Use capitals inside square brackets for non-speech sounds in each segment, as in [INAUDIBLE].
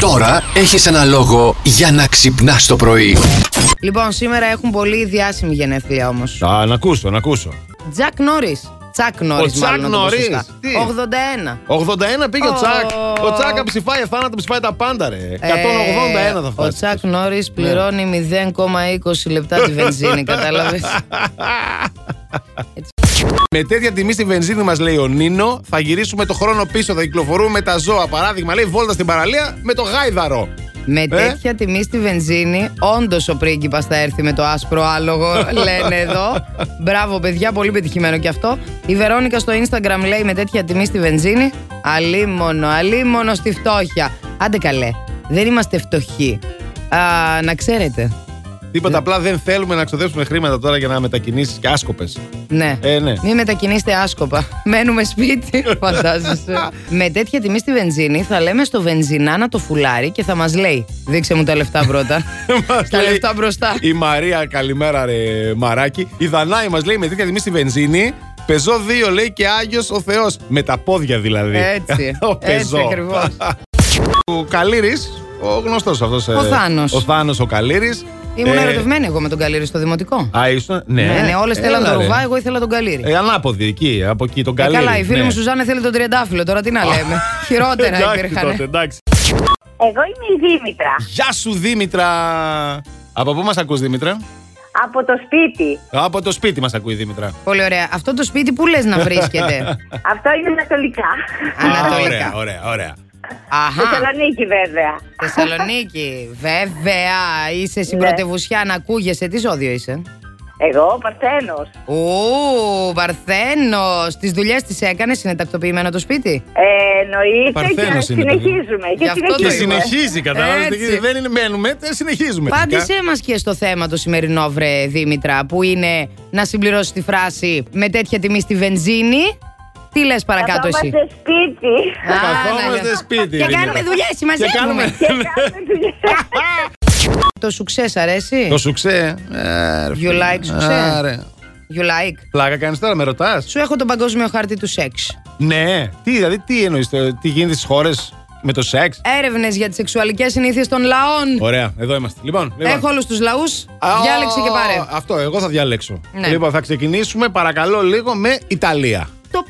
Τώρα έχεις ένα λόγο για να ξυπνάς το πρωί. Λοιπόν, σήμερα έχουν πολύ διάσημη γενέθλια όμως. Α, να ακούσω, να ακούσω. Τζακ Νόρις. Τσακ Νόρις, Ο μάλλον. Chuck να το πω Norris, σωστά. τι? 81. 81 πήγε ο Ω. Ε, Τσακ. Ο Τσακ αψηφάει αθάνατο, ψηφάει τα πάντα, ρε. 181 θα Ο φτάσει. Ναι. Τσακ Νόρι πληρώνει 0,20 λεπτά τη [LAUGHS] βενζίνη, κατάλαβες. [LAUGHS] Με τέτοια τιμή στη βενζίνη μας, λέει ο Νίνο, θα γυρίσουμε το χρόνο πίσω, θα κυκλοφορούμε με τα ζώα. Παράδειγμα, λέει βόλτας στην παραλία με το γάιδαρο. Ε? με τέτοια τιμή στη βενζίνη, όντως ο πρίγκιπας θα έρθει με το άσπρο άλογο, [LAUGHS] λένε εδώ. Μπράβο, παιδιά, πολύ πετυχημένο και αυτό. Η Βερόνικα στο Instagram λέει με τέτοια τιμή στη βενζίνη, αλίμονο, αλίμονο στη φτώχεια. Άντε καλέ, δεν είμαστε φτωχοί. Α, να ξέρετε. Ε. Τίποτα, απλά δεν θέλουμε να ξοδέψουμε χρήματα τώρα για να μετακινήσεις και άσκοπες. Ναι. Ε, ναι. Μην μετακινήσετε άσκοπα. [LAUGHS] Μένουμε σπίτι, [LAUGHS] φαντάζεσαι. Με τέτοια τιμή στη βενζίνη θα λέμε στο βενζινά να το φουλάρει και θα μας λέει «Δείξε μου τα λεφτά πρώτα». [LAUGHS] Μας τα λέει λεφτά μπροστά. Η Μαρία, καλημέρα, ρε Μαράκι. Η Δανάη μας λέει με τέτοια τιμή στη βενζίνη. Πεζό 2 λέει και Άγιος ο Θεός. Με τα πόδια δηλαδή. Έτσι. [LAUGHS] ο Έτσι πεζό. ακριβώς. [LAUGHS] Ο Καλήρη, ο γνωστός αυτός. Ο Θάνος. Ο Θάνος ο Καλήρη. Ήμουν ερωτευμένη εγώ με τον Καλήρη στο δημοτικό. Ε, Α, ήσουν. Ναι, Ναι, ναι, όλες θέλαν Έλα, τον ρε. Ρουβά, εγώ ήθελα τον Καλήρη. Ε, ανάποδη εκεί, από εκεί τον Ε, Καλήρη. καλά, η φίλη ναι. μου Σουζάνε θέλει τον Τριαντάφυλλο, τώρα τι να [LAUGHS] λέμε. Χειρότερα Εντάξει τότε, υπήρχαν. εντάξει. Εγώ είμαι η Δήμητρα. Γεια σου Δήμητρα. Από πού μας ακούς Δήμητρα? Από το σπίτι. Από το σπίτι μας ακούει η Δήμητρα. Πολύ ωραία. Αυτό το σπίτι που λες [LAUGHS] να βρίσκεται. Αυτό είναι ανατολικά. Α, Ανατολικά. ωραία, ωραία, ωραία. Αχα. Θεσσαλονίκη βέβαια. Θεσσαλονίκη, βέβαια. Είσαι στην Ναι. πρωτευουσιά να ακούγεσαι. Τι ζώδιο είσαι. Εγώ Παρθένος. Ου, Παρθένος. Τις δουλειές τις έκανες, είναι τακτοποιημένο το σπίτι. Ε, εννοείται και Παρθένος είναι, συνεχίζουμε. Και Γι' αυτό το Και συνεχίζουμε. είπα. συνεχίζει, κατάλαβες, Έτσι. δεν είναι, μένουμε, ε, συνεχίζουμε. Πάντησε μας και στο θέμα το σημερινό, βρε Δήμητρα, που είναι να συμπληρώσει τη φράση με τέτοια τιμή στη βενζίνη. Τι λες παρακάτω εσύ. Καθόμαστε σπίτι. Α, Καθόμαστε ναι, ναι. σπίτι, Και Δήμητρα. κάνουμε δουλειές, Και κάνουμε... μαζεύουμε. Και κάνουμε δουλειά. Το σουξέ σ' αρέσει. [LAUGHS] Το σουξέ. ε, ρε, You like σουξέ. α, ρε. You like. Πλάκα κάνεις τώρα, με ρωτάς. Σου έχω τον παγκόσμιο χάρτη του σεξ. Ναι. Τι, δηλαδή, τι εννοείς, το- τι γίνεται στις χώρες με το σεξ. Έρευνες για τις σεξουαλικές συνήθειες των λαών. Ωραία, εδώ είμαστε. Λοιπόν, λοιπόν. Έχω όλους τους λαούς. Α, Διάλεξε και πάρε. Αυτό, εγώ θα διαλέξω. Ναι. Λοιπόν, θα ξεκινήσουμε παρακαλώ λίγο με Ιταλία. Το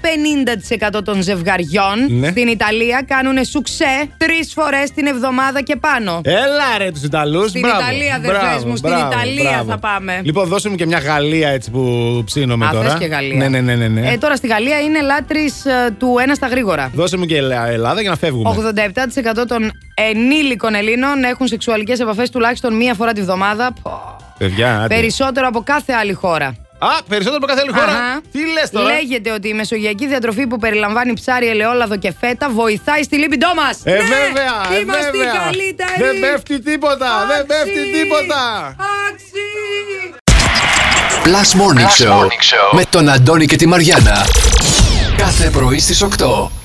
50% των ζευγαριών Ναι. στην Ιταλία κάνουν σουξέ τρεις φορές την εβδομάδα και πάνω. Έλα ρε τους Ιταλούς. Στην Ιταλία, αδερφές μου, στην Ιταλία θα πάμε. Λοιπόν, δώσε μου και μια Γαλλία έτσι που ψήνομαι Α, τώρα. θες και Γαλλία. Ναι, ναι, ναι. ναι, ναι. Ε, τώρα στη Γαλλία είναι λάτρης του ένα στα γρήγορα. Δώσε μου και Ελλά- Ελλάδα για να φεύγουμε. 87% των ενήλικων Ελλήνων έχουν σεξουαλικές επαφές τουλάχιστον μία φορά τη βδομάδα. Πω. Παιδιά, άντε. Περισσότερο από κάθε άλλη χώρα. Α, περισσότερο από κάθε άλλη χώρα. Αχα. Τι λες τώρα. Λέγεται ότι η μεσογειακή διατροφή που περιλαμβάνει ψάρι, ελαιόλαδο και φέτα βοηθάει στη λίπηντό μα. Ε, βέβαια, ε, Ναι, Είμαστε βέβαια. οι καλύτεροι. Δεν πέφτει τίποτα, δεν πέφτει τίποτα. Άξι. Plus Morning, Show, με τον Αντώνη και τη Μαριάνα. Κάθε πρωί στις 8.